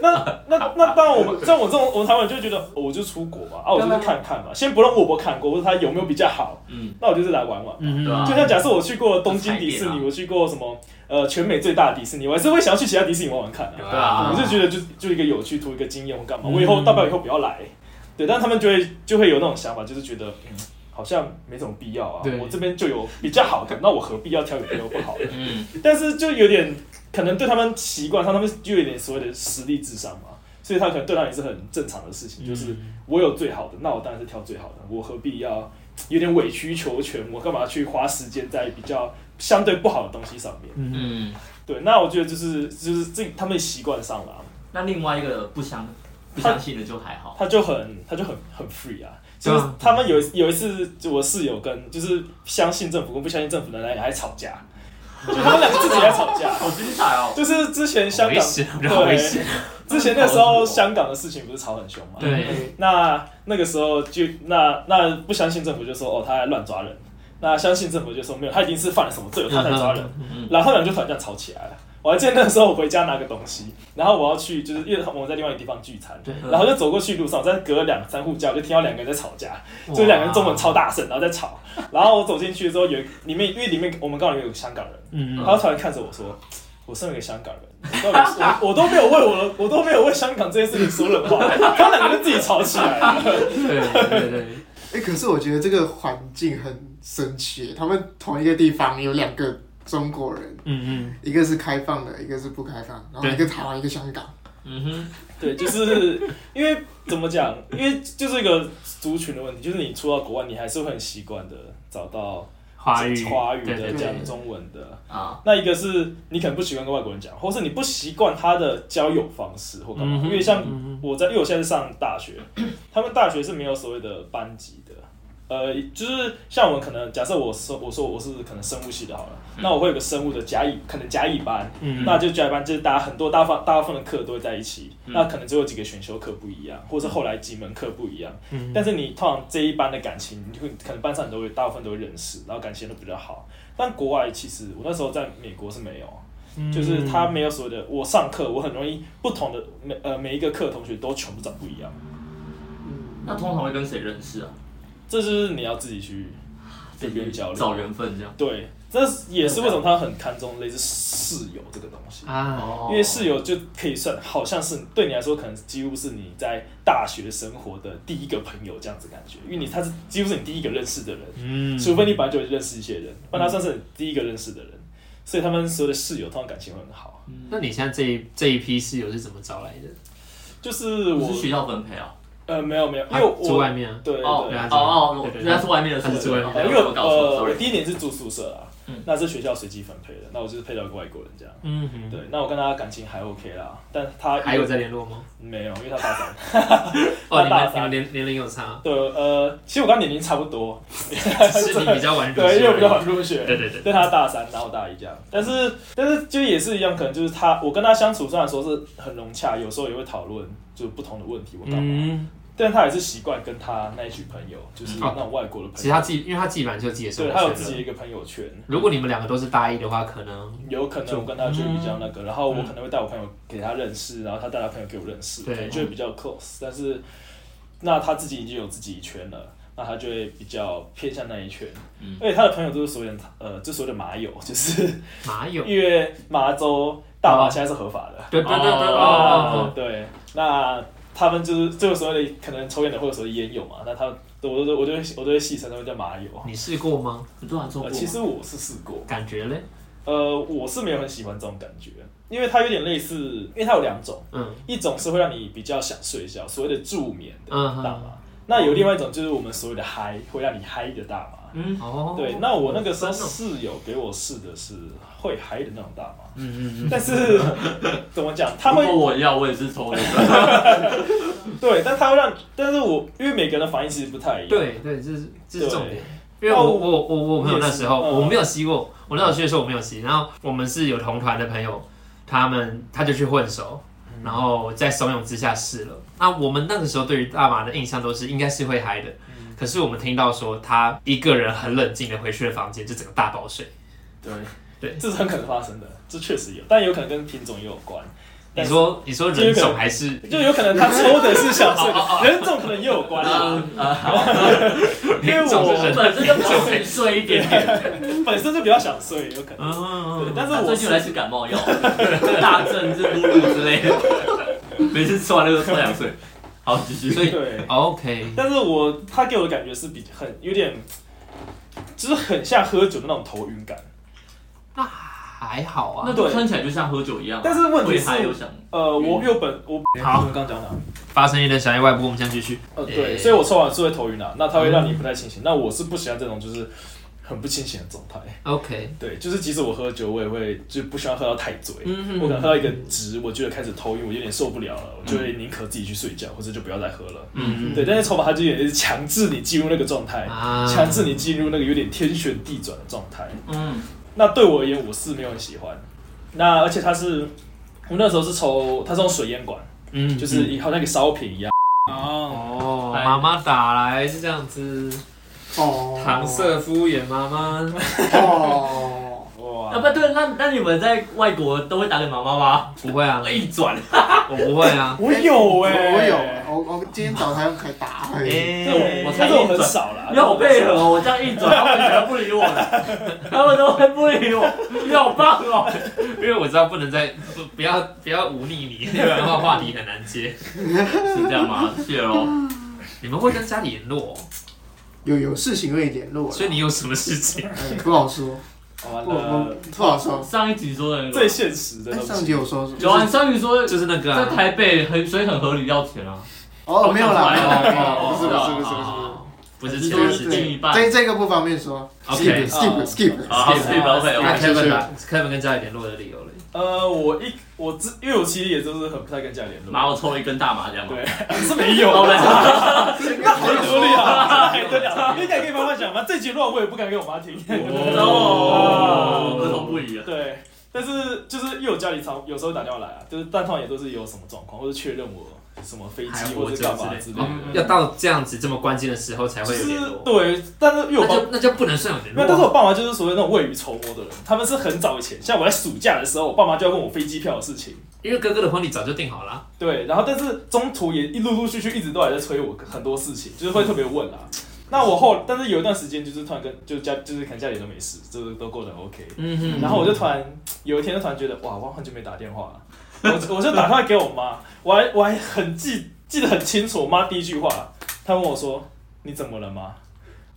那那那当然我，们像我这种我们台湾人就会觉得，哦我就出国嘛，啊，我就是看看嘛，先不论我有没有看过，或者它有没有比较好，嗯，那我就是来玩玩。嗯对啊就像假设我去过东京迪士踩点尼，啊我去过什么呃全美最大的迪士尼，我还是会想要去其他迪士尼玩玩看啊。对嗯啊我就觉得就就一个有趣，图一个经验或干嘛。我以后大不了以后不要来，对，但他们就会就会有那种想法，就是觉得嗯好像没什么必要啊对，我这边就有比较好的，那我何必要挑有比较不好的？嗯，但是就有点可能对他们习惯上，他们就有点所谓的实力至上嘛，所以他可能对他也是很正常的事嗯情，就是我有最好的，那我当然是挑最好的，我何必要有点委曲求全？我干嘛去花时间在比较相对不好的东西上面？嗯嗯，对，那我觉得就是就是这他们习惯上啦，那另外一个不相不相信的就还好，他就很他就很很 free 啊。对就啊是他们有有一次，就我室友跟就是相信政府跟不相信政府的人还吵架，就他们两个自己还吵架，好精彩哦，就是之前 *laughs* 香危港险，比较危险对，，之前那时候香港的事情不是吵很凶嘛？对，那那个时候就那那不相信政府就说哦他在乱抓人，那相信政府就说没有他一定是犯了什么罪他在抓人，嗯然后他们就突然这样吵起来了。我还记得那时候我回家拿个东西，然后我要去就是因为我们在另外一个地方聚餐，对然后就走过去路上，我在隔了两三户家，我就听到两个人在吵架，就是两个人中文超大声，然后在吵。然后我走进去之后，有里面因为里面我们刚好里面有个香港人。嗯，他突然看着我说：“我身为一个香港人，你到底是 *laughs* 我我都没有为我的，我都没有为香港这件事情说冷话。”他两个就自己吵起来 *laughs* 了。对对对，哎、可是我觉得这个环境很神奇，欸他们同一个地方有两个中国人， *laughs* 嗯一个是开放的，一个是不开放，然后对一个台湾，一个香港。嗯哼，对，就是因为怎么讲，因为就是一个族群的问题，就是你出到国外，你还是会很习惯的找到嗯，华语华语对的对这样讲中文的。啊，那一个是你可能不习惯跟外国人讲，或是你不习惯他的交友方式或干嘛，嗯哼因为像嗯哼我在，因为我现在是上大学， *clears throat* 他们大学是没有所谓的班级的，呃，就是像我们可能假设我说我说我是可能生物系的好了，那我会有个生物的甲乙，可能甲乙班，嗯那就甲乙班就是大家很多大部分大部分的课都会在一起，嗯那可能只有几个选修课不一样，或是后来几门课不一样，嗯但是你通常这一班的感情，你会可能班上你都会大部分都会认识，然后感情都比较好。但国外其实我那时候在美国是没有，嗯 *laughs* 就是他没有所谓的我上课，我很容易不同的每呃每一个课同学都全部长不一样，嗯，那通常会跟谁认识啊？这就是你要自己去随便交找流。缘分这样，对，这也是为什么他很看重类似室友这个东西，啊，哦因为室友就可以算好像是对你来说，可能几乎是你在大学生活的第一个朋友这样子感觉，因为你他是几乎是你第一个认识的人。嗯，除非你本来就认识一些人，不然他算是你第一个认识的人，所以他们所有的室友通常感情会很好。那你现在这一这一批室友是怎么招来的？就是不我是学校分配哦，呃没有没有，因为我住外面啊，对对哦对啊哦哦，对人家是外面的他是宿住外舍，面哦因为我我搞错呃我，sorry，第一年是住宿舍啊嗯，那是学校随机分配的，那我就是配到一个外国人这样。嗯哼，对，那我跟他感情还 OK 啦，但他还有在联络 *laughs* 吗？没有，因为他大三。哦，你大们三你们年年龄有 *laughs* 差，对，呃，其实我跟他年龄差不 *laughs* 多，只是你比较晚入学而对，已，因为我比较晚入学。对对对，对他大三，然后大一这样。但是但是就也是一样，可能就是他我跟他相处虽然说是很融洽，有时候也会讨论就不同的问题我干嘛，嗯，但他也是习惯跟他那一群朋友，就是那种外国的其朋实友，他自己，因为他自己本来就自己的生对活他有圈自己了的一个朋友圈，如果你们两个都是大一的话，可能有可能我跟他就比较那个，然后我嗯可能会带我朋友给他认识，然后他带他朋友给我认识，对可能就会比较 close。但是那他自己已经有自己一圈了。那他就会比较偏向那一圈，嗯而且他的朋友都是所谓的呃，就所谓的麻友，就是哪有？因为麻州大麻现在是合法的。啊对对对对哦哦，哦对，那他们就是这个所谓的可能抽烟的或者所谓的烟友嘛，那他们我都我都会我都会戏称他们叫麻友哦。你试过吗？你多少做呃过吗？其实我是试过，感觉嘞？呃，我是没有很喜欢这种感觉，因为它有点类似，因为它有两种，嗯一种是会让你比较想睡觉，所谓的助眠的嗯哼大麻，那有另外一种就是我们所谓的嗨，会让你嗨的大麻。嗯，哦，对，那我那个时候真的哦室友给我试的是会嗨的那种大麻，嗯嗯嗯， *laughs* 但是怎么讲，他如会果我要，我也是抽的。对，但他会让，但是我因为每个人的反应其实不太一样，对对，这是这是对重点。因为我我我我朋友那时候也是嗯我没有吸过，我那时候去的时候我没有吸，然后我们是有同团的朋友，他们他就去混熟，嗯然后在怂恿之下试了。那我们那个时候对于大麻的印象都是应该是会嗨的，嗯可是我们听到说他一个人很冷静的回去了房间，就整个大爆睡。对对这是很可能发生的，这确实有，但有可能跟品种也有关。你但是说你说人种还是就有可能他抽的是想睡的，人种可能也有关啊。因为人种是我人本身就比较睡睡一点点，本身就比较想睡，有可能。对嗯，但是他我最近有在吃感冒药，大正是露露之类的，每次吃完那个超想睡。好，继续。所以对，嗯 OK，但是我他给我的感觉是比很有点，就是很像喝酒的那种头晕感。那还好啊那。都看起来就像喝酒一样啊，但是问题会是嗨有想呃，我有本我好我们刚刚讲哪？发生一点小意外，不过我们先继续。呃，诶嗯对，所以我抽完是会头晕的、啊那它会让你不太清醒。那我是不喜欢这种就是很不清醒的状态。 OK，对，就是即使我喝酒，我也会就不喜欢喝到太醉。嗯我可能喝到一个值，我觉得开始头晕，我有点受不了了，我就会宁可自己去睡觉，或者就不要再喝了。嗯对，但是抽法它就有点是强制你进入那个状态，啊强制你进入那个有点天旋地转的状态。嗯，那对我而言，我是没有很喜欢。那而且它是，我那时候是抽，它是用水烟管，嗯就是好像一个烧瓶一样。哦，哦，嗨妈妈打来是这样子，哦，搪塞敷衍妈妈。 *laughs* 哦，哇啊不对，那那你们在外国都会打给妈妈吗？ *laughs* 不会啊我，一转，我不会啊。我有哎、我有，我我今天早上才打而已。但我哎我才但是我很少啦，要我配合哦，我这样一转，他们全部不理我了， *laughs* 他们都会不理我，你好棒哦！因为我知道不能再不不要不要忤逆你， *laughs* 不然的话话题很难接。是这样吗？谢哦喽。你们会跟家里联络哦，有有事情会联络啦，所以你有什么事情？哎不好说，完不不了，不好 *laughs* 说。上一集说的那最个，现实的哎，东上西。集有说什么？有啊，你上一集说就是那个在啊台北很，所以很合理要钱啊。哦，没有啦，我没想出有啦来没有啦，了不是不是哦不是不是。哦不是只是其说他对事是另情。一半这这个不方便说 OK skip 哦 skip 啊好 skip， skip，OK，OK 那 Kevin 打是 Kevin 跟家里联络的理由嘞？呃，我一我之，因为我其实也就是很不太跟家里联麻络，我抽一根大麻这样吗？哦对， *laughs* 是没有啊好啦，嘞，那还得了？还得了？你敢跟你妈妈讲吗？这集乱我也不敢给我妈听。 *laughs* 哦，儿童不宜啊。对，但是就是因为我家里常有时候打电话来啊，就是但通常也都是有什么状况，或者确认我什么飞还机活或着者干嘛之之类类的的，，要到这样子这么关键的时候才就会有是联络。对，但是因为我那爸就那就不能算有联没有，但是络啊。我爸妈就是所谓那种未雨绸缪的人，他们是很早以前，像我在暑假的时候，我爸妈就要问我飞机票的事情。因为哥哥的婚礼早就定好了啊。对，然后但是中途也一陆陆续续一直都还在催我很多事情，就是会特别问啊。那我后，但是有一段时间就是突然跟就是家就是可能家里都没事，就是都过得很 OK。嗯哼然后我就突然有一天就突然觉得哇，我很久没打电话了，我我就打电话给我妈，我还我还很记记得很清楚，我妈第一句话，她问我说你怎么了吗？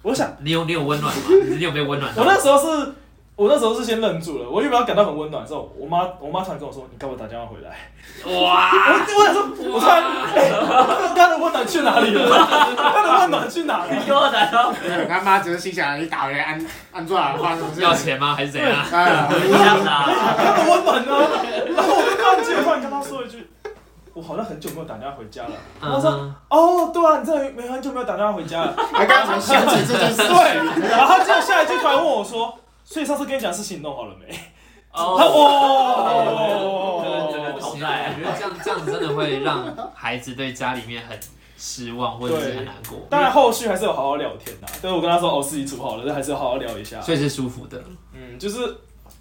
我想你有你有温暖吗？你有被温暖到？我那时候是。我那时候是先愣住了，我原本要感到很温暖，之后我妈我妈突然跟我说：“你干嘛打电话回来？” *laughs* 哇！我我想说，我突然，哎他的温暖去哪里了？他的温暖去哪 *laughs* 里？你给我打到，他妈只是心想你打回来安安坐哪话是不是？要钱吗？还是怎样？啊，你想打？他的温暖呢？然后我就突然间突然跟他说一句，我好像很久没有打电话回家了。嗯他说，哦，对啊，你真的没很久没有打电话回家了。还刚才想起这件事情，对，然后他就下一句突然问我说，所以上次跟你讲的事情你弄好了没？他哦， *laughs* 哦，好在我觉得这样这样子真的会让孩子对家里面很失望，或者是很难过，当然后续还是有好好聊天的、啊，对我跟他说哦事情处好了，但还是要好好聊一下。所以是舒服的。嗯，就是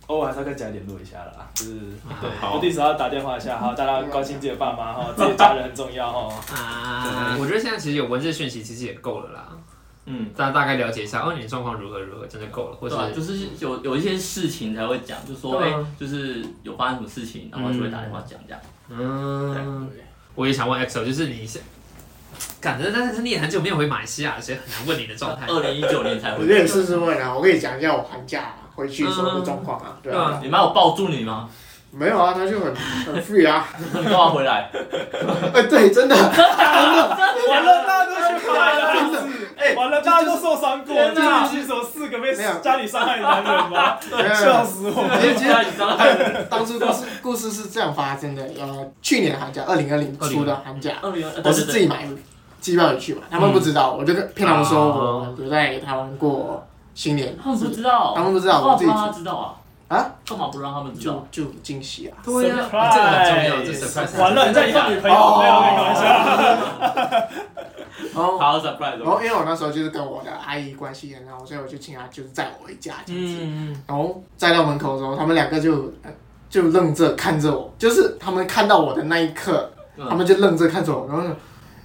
偶尔还是要跟家里联络一下啦，就是对，啊好不定时要打电话一下，哈，大家关心自己的爸妈哈，自己的家人很重 *laughs* 要哈。啊，我觉得现在其实有文字讯息其实也够了啦，嗯，大家大概了解一下哦，你的状况如何如何，真的够了，或对是啊，就是有有一些事情才会讲，就说对哎啊，就是有发生什么事情，然后就会打电话讲这样。嗯，对我也想问 XO，就是你现，感觉但是你也很久没 *laughs* 有回马来西亚了，所以很难问你的状态。二零一九年才我回认识是问啊，我跟你讲一下我寒假回去时候的状况啊，对啊，你妈有抱住你吗？ *laughs* 没有啊，他就很很 free 啊，你干嘛回来？哎，对，真的，完了，大家都去拍真了。的，哎，完了，大家都受伤过，天这哪是新手四个被没有家里伤害的男人 *laughs* 吗？没有笑死我！其实其实 *laughs* 你伤害。 *laughs* 当初故事故事是这样发生的，呃，去年寒假，二零二零出的寒假，二零嗯二，我是自己买机票去嘛，他们不知道，我就跟骗他们说哦我留在台湾过新年，嗯他们不知道，他们不知道，我自干嘛己不让他去知道啊？啊？干嘛不让他们知就道？就惊喜啊，对呀、 Surprise 哦这个很重要，这 surprise *laughs* 完了，你在以后女朋友哦没有开玩笑。然后好 surprise 然哦。后因为我那时候就是跟我的阿姨关系很好，所以我就请她就是载我回家这样子。嗯，嗯然后载到门口的时候，他们两个就呃就愣着看着我，就是他们看到我的那一刻，嗯他们就愣着看着我，然后说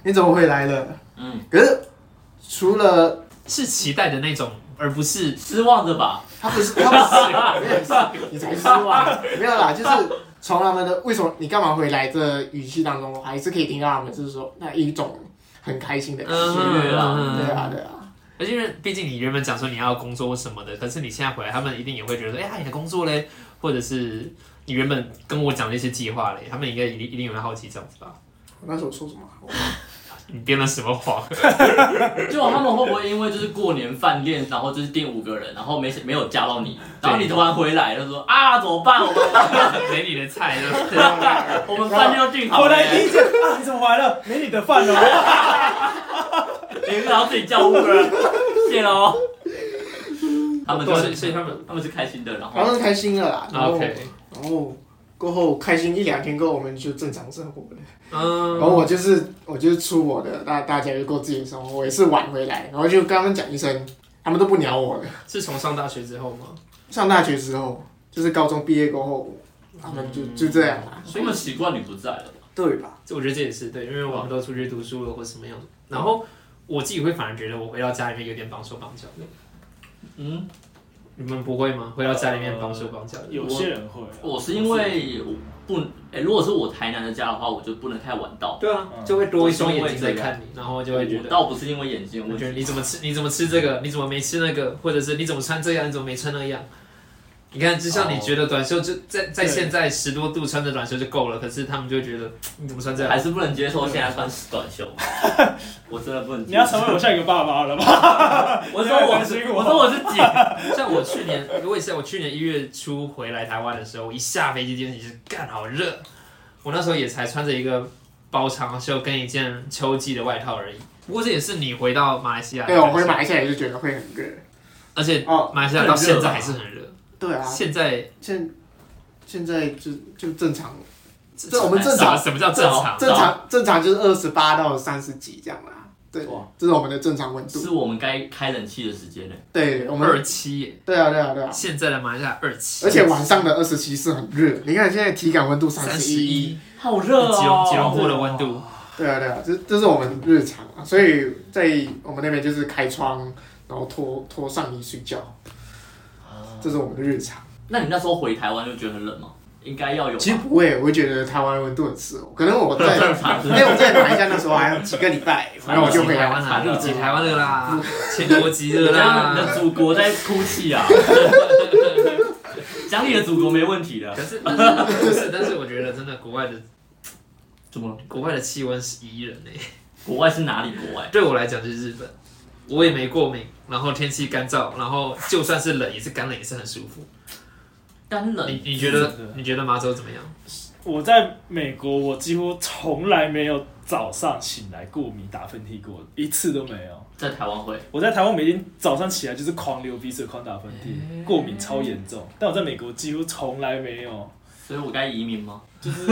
你怎么回来了？嗯，可是除了是期待的那种，而不是失望的吧？他不是他不是没有，你才失望，没有啦，就是从他们的为什么你干嘛回来这语气当中，我还是可以听到他们就是说那一种很开心的喜悦啦，嗯对啊对啊，而且因为毕竟你原本讲说你要工作什么的，可是你现在回来，他们一定也会觉得说，哎、呀，你的工作嘞，或者是你原本跟我讲的一些计划嘞，他们应该一定一定有人好奇这样子吧？我那时候说什么？我你编了什么谎？就他们会不会因为就是过年饭店，然后就是订五个人，然后没没有加到你，然后你突然回来就说啊怎么办？我们 *laughs* 没你的菜就是我们饭店都订好回了来第耶，一件啊，你怎么来了？没你的饭哦。你们然后自己叫五个人，谢喽。他们就所以是所以他们他们是开心的，然然后后是开心了啦，然后 OK，然后过后开心一两天过后，我们就正常生活了。然后嗯，我就是我就是出我的，大大家就过自己的生活，我也是晚回来，然后就跟他们讲一声，他们都不鸟我了。是从上大学之后吗？上大学之后，就是高中毕业过后，他们就就这样啦，所以他们习惯你不在了。对吧？这我觉得这也是对，因为我们都出去读书了或什么样的，然后我自己会反而觉得我回到家里面有点绑手绑脚的。嗯，你们不会吗？回到家里面绑手绑脚的？有些人会，我是因为我不哎、如果是我台南的家的话，我就不能太晚到。对啊，就会多一双眼睛在看你，然后就会觉我得。倒不是因为眼睛的我问觉得题，你怎么吃？你怎么吃这个？你怎么没吃那个？或者是你怎么穿这样？你怎么没穿那样？你看，就像你觉得短袖就在在对现在十多度穿着短袖就够了，可是他们就会觉得你怎么穿这样？还是不能接受现在穿短袖。我真的不能你接要受。成为我下一个爸爸了吗？我说我你是要关心我我说我是姐，像我去年，我也是，我去年一月初回来台湾的时候，我一下飞机第一件事情是干好热，我那时候也才穿着一个包长袖跟一件秋季的外套而已。不过这也是你回到马来西亚，对，我回马，来西亚也是觉得会很热。而且哦，马来西亚到现在还是很热。对啊，现在现现在就就正常，这这我们正常什么叫正常？正常正常就是二十八到三十几这样啦。对哇，这是我们的正常温度。是我们该开冷气的时间了。对，我们二七耶，对啊对啊对啊，现在的马来西亚二七，而且晚上的二十七是很热，你看现在体感温度三三十十一。一，好吉热隆吉隆哦！坡的温度，对啊，对啊，这这是我们日常啊，所以在我们那边就是开窗，然后脱脱上衣睡觉，这是我们的日常。那你那时候回台湾就觉得很冷吗？应该要有吧。其实不会，我会觉得台湾温度很适合我，可能我在正常因为我在马来西亚那时候还有几个礼拜，反正我就回台来啊湾了。啦，入籍台湾的 *laughs* 啦，前国籍你的这样你啦的。祖国在哭泣 *laughs* 啊！讲你的祖国没问题的。可是，但是，不是但是，我觉得真的国外的怎么了？国外的气温是宜人诶、国外是哪里？国外？对我来讲就是日本，我也没过敏，然后天气干燥，然后就算是冷也是干冷，也是很舒服。干你嗯冷。你觉是得的你觉得麻州怎 *laughs* 么样？我在美国，我几乎从来没有早上醒来过敏、打喷嚏过，一次都没有。在台湾会我在台湾每天早上起来就是狂流鼻水、狂打喷嚏，过敏超严重。但我在美国几乎从来没有，所以我该移民吗？就是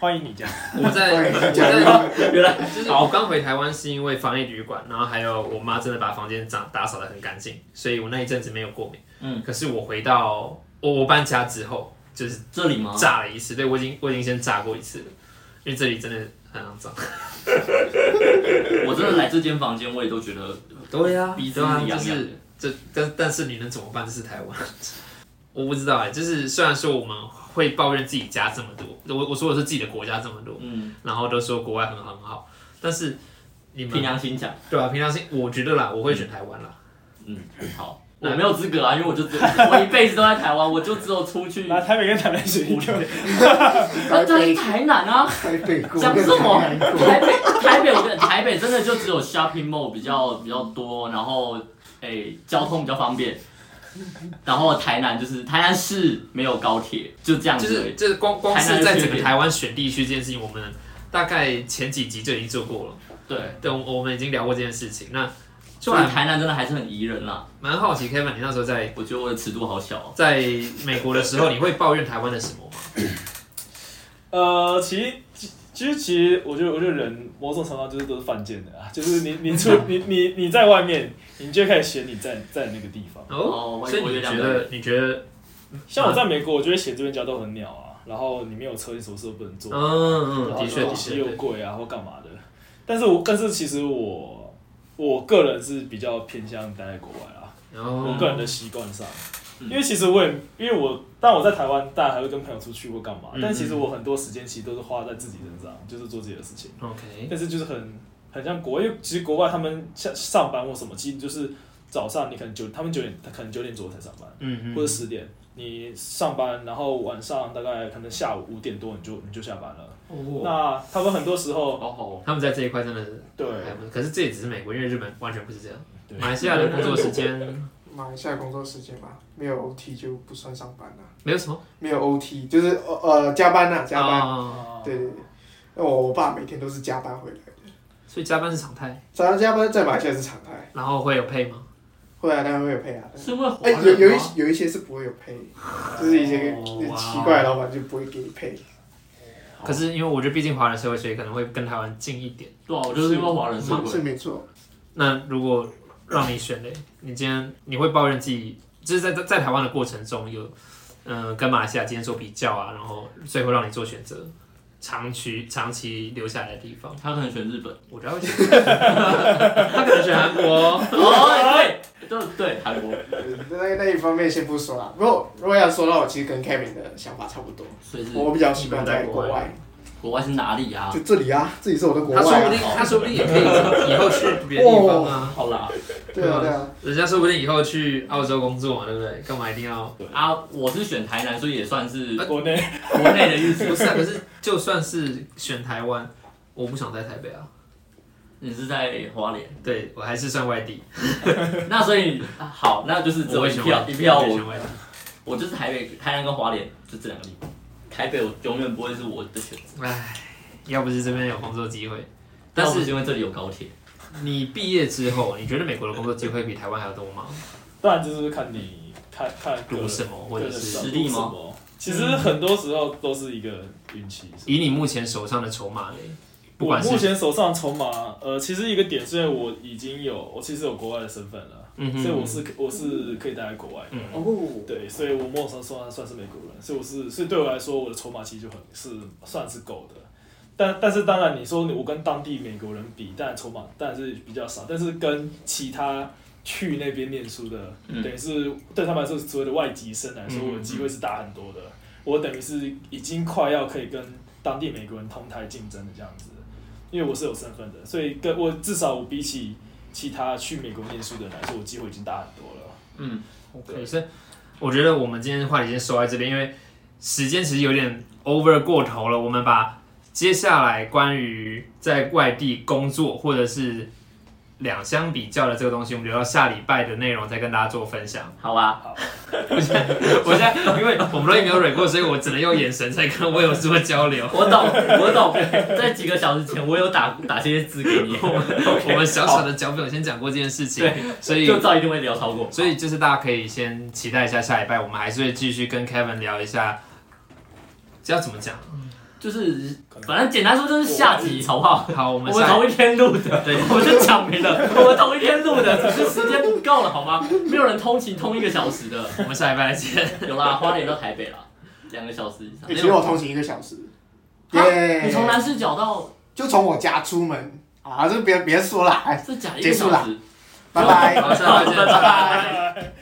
欢迎你家。我在对我讲在 *laughs* 原 *laughs* 来就是我刚回台湾是因为防疫旅馆，然后还有我妈真的把房间打打扫的很干净，所以我那一阵子没有过敏。嗯，可是我回到我我搬家之后，就是这里吗？炸了一次，对我已经我已经先炸过一次了，因为这里真的很肮脏。我真的来这间房间，我也都觉得对呀鼻子对啊，痒就痒是这但但是你能怎么办？这是台湾，我不知道哎、就是虽然说我们会抱怨自己家这么多，我我说的是自己的国家这么多，嗯，然后都说国外很很好，但是你们啊凭良心讲，对吧、平常心，我觉得啦，我会选台湾啦。嗯，好，我没有资格啊，因为我就只有我一辈子都在台湾，我就只有出去，来台北跟台南选一个，那就是台南啊，台北过，讲什么台南过台北台北我跟台北真的就只有 shopping mall 比较比较多，然后诶、交通比较方便，然后台南就是台南市没有高铁，就这样就子而是已。就是光嗯光台南是的在整缺个点台湾选地区这件事情，我们大概前几集就已经做过了，对，对，我我们已经聊过这件事情。那就所以蛮台南真的还是很宜人啦。蛮好奇，Kevin，你那时候在我觉得我的尺度好小、哦。在美国的时候，你会抱怨台湾的什么吗？呃，其实其其实其实，我觉得我觉得人某种程度上就是都是犯贱的啊，就是你你出你你你在外面，你就会开始嫌你在在那个地方。哦我所以我有你两觉个得你觉得，像我在美国，我就会嫌这边交通很鸟啊，然后你没有车，你什么事都不能做，嗯嗯，然后的确东的西确，又对贵啊，或干嘛的。但是我但是其实我我个人是比较偏向待在国外啊，然我后个人的习惯上，嗯因为其实我也因为我，但我在台湾，当然还会跟朋友出去或干嘛，嗯但其实我很多时间其实都是花在自己身上，就是做自己的事情。 OK，但是就是很很像国外，因为其实国外他们像上班或什么，其实就是早上你可能九，他们九点，他可能九点左右才上班，嗯或者十点你上班，然后晚上大概可能下午五点多你就你就下班了。哦，那他们很多时候好哦好，他们在这一块真的是对还不错，可是这也只是美国，因为日本完全不是这样。对马来西亚的工作时间马来西亚工作时间吧，没有 OT 就不算上班了，没有什么没有 OT 就是呃呃加班呐、加班。哦对对对，那我爸每天都是加班回来的，所以加班是常态，早上加班在马来西亚是常态，然后会有配吗？后来当然会有配啊。是因为华哎、人吗有有一有一些是不会有配，就是一些哦哇奇怪的老板就不会给你配。可是因为我觉得毕竟华人社会，所以可能会跟台湾近一点。对啊，我就是因为华人社是会是。没错，那如果让你选嘞，你今天你会抱怨自己，就是在在台湾的过程中有，嗯、跟马来西亚今天做比较啊，然后所以会让你做选择，长期长期留下来的地方，他可能选 *laughs* 日本，我觉得会选，他可能选韩国，哦，哎对，就对韩国，呃那那一方面先不说啦。如果如果要说到，我其实跟 Kevin 的想法差不多，所以是我比较习惯在你们在国国外，国外是哪里啊？就这里啊，这里是我的国他说外不啊。定他说不定也可以以后去别的地方啊，好啦，对啊对啊，人家说不定以后去澳洲工作嘛，对不对？干嘛一定要？啊，我是选台南，所以也算是国内国内的意思。不是、啊，可是就算是选台湾，我不想在台北啊，你是在花莲， *laughs* 对我还是算外地，那所以啊好，那就是只我有会一选外票，地一票我会选我，外地。我就是台北、台南跟花莲，就这两个地方。台北我永远不会是我的选择，唉，要不是这边有工作机会，但但是是因为这里有高铁，你毕业之后，你觉得美国的工作机会比台湾还要多吗？当然就是看你看看个读人什么，或者是实力吗？个人读什么其实很多时候都是一个运气。以你目前手上的筹码嘞，不我管目是前手上筹码，呃，其实一个点是因为我已经有，我其实有国外的身份了，嗯哼所以我是我是可以待在国外的。嗯哦，对，所以我某种程度上算是美国人，所以我是，所以对我来说，我的筹码其实就很是算是够的。但但是当然，你说我跟当地美国人比，当然筹码当然是比较少，但是跟其他去那边念书的，嗯等于是对他们来说所谓的外籍生来嗯说，嗯嗯我的机会是大很多的。我等于是已经快要可以跟当地美国人同台竞争的这样子，因为我是有身份的，所以跟我至少我比起其他去美国念书的人来说，我机会已经大很多了。嗯，可是我觉得我们今天话题先收在这边，因为时间其实有点 over 过头了。我们把接下来关于在外地工作或者是两相比较的这个东西，我们留到下礼拜的内容再跟大家做分享。好啊， *laughs* 我现在因为我们都没有蕊过，所以我只能用眼神在跟我有做交 *laughs* 流。我懂，我懂，在几个小时前我有打打些字给 *laughs* 你，我们小小的脚本有先讲过这件事情，所以就照一定会聊超过，所以就是大家可以先期待一下下礼拜，我们还是会继续跟 Kevin 聊一下，这要怎么讲？就是反正简单说就是下集，好不好？好，我我们们下同一天录的，对， *laughs* 我就讲明了，我们同一天录的，只是时间不够了，好吗？没有人通勤通一个小时的，我们下礼拜再见。有啦，花莲到台北啦，两个小时以上欸。其实我通勤一个小时，啊你从耶，南市角到就从我家出门啊，这别别说了，哎这假一个结束小啦时，拜拜。好，下礼拜见。拜拜。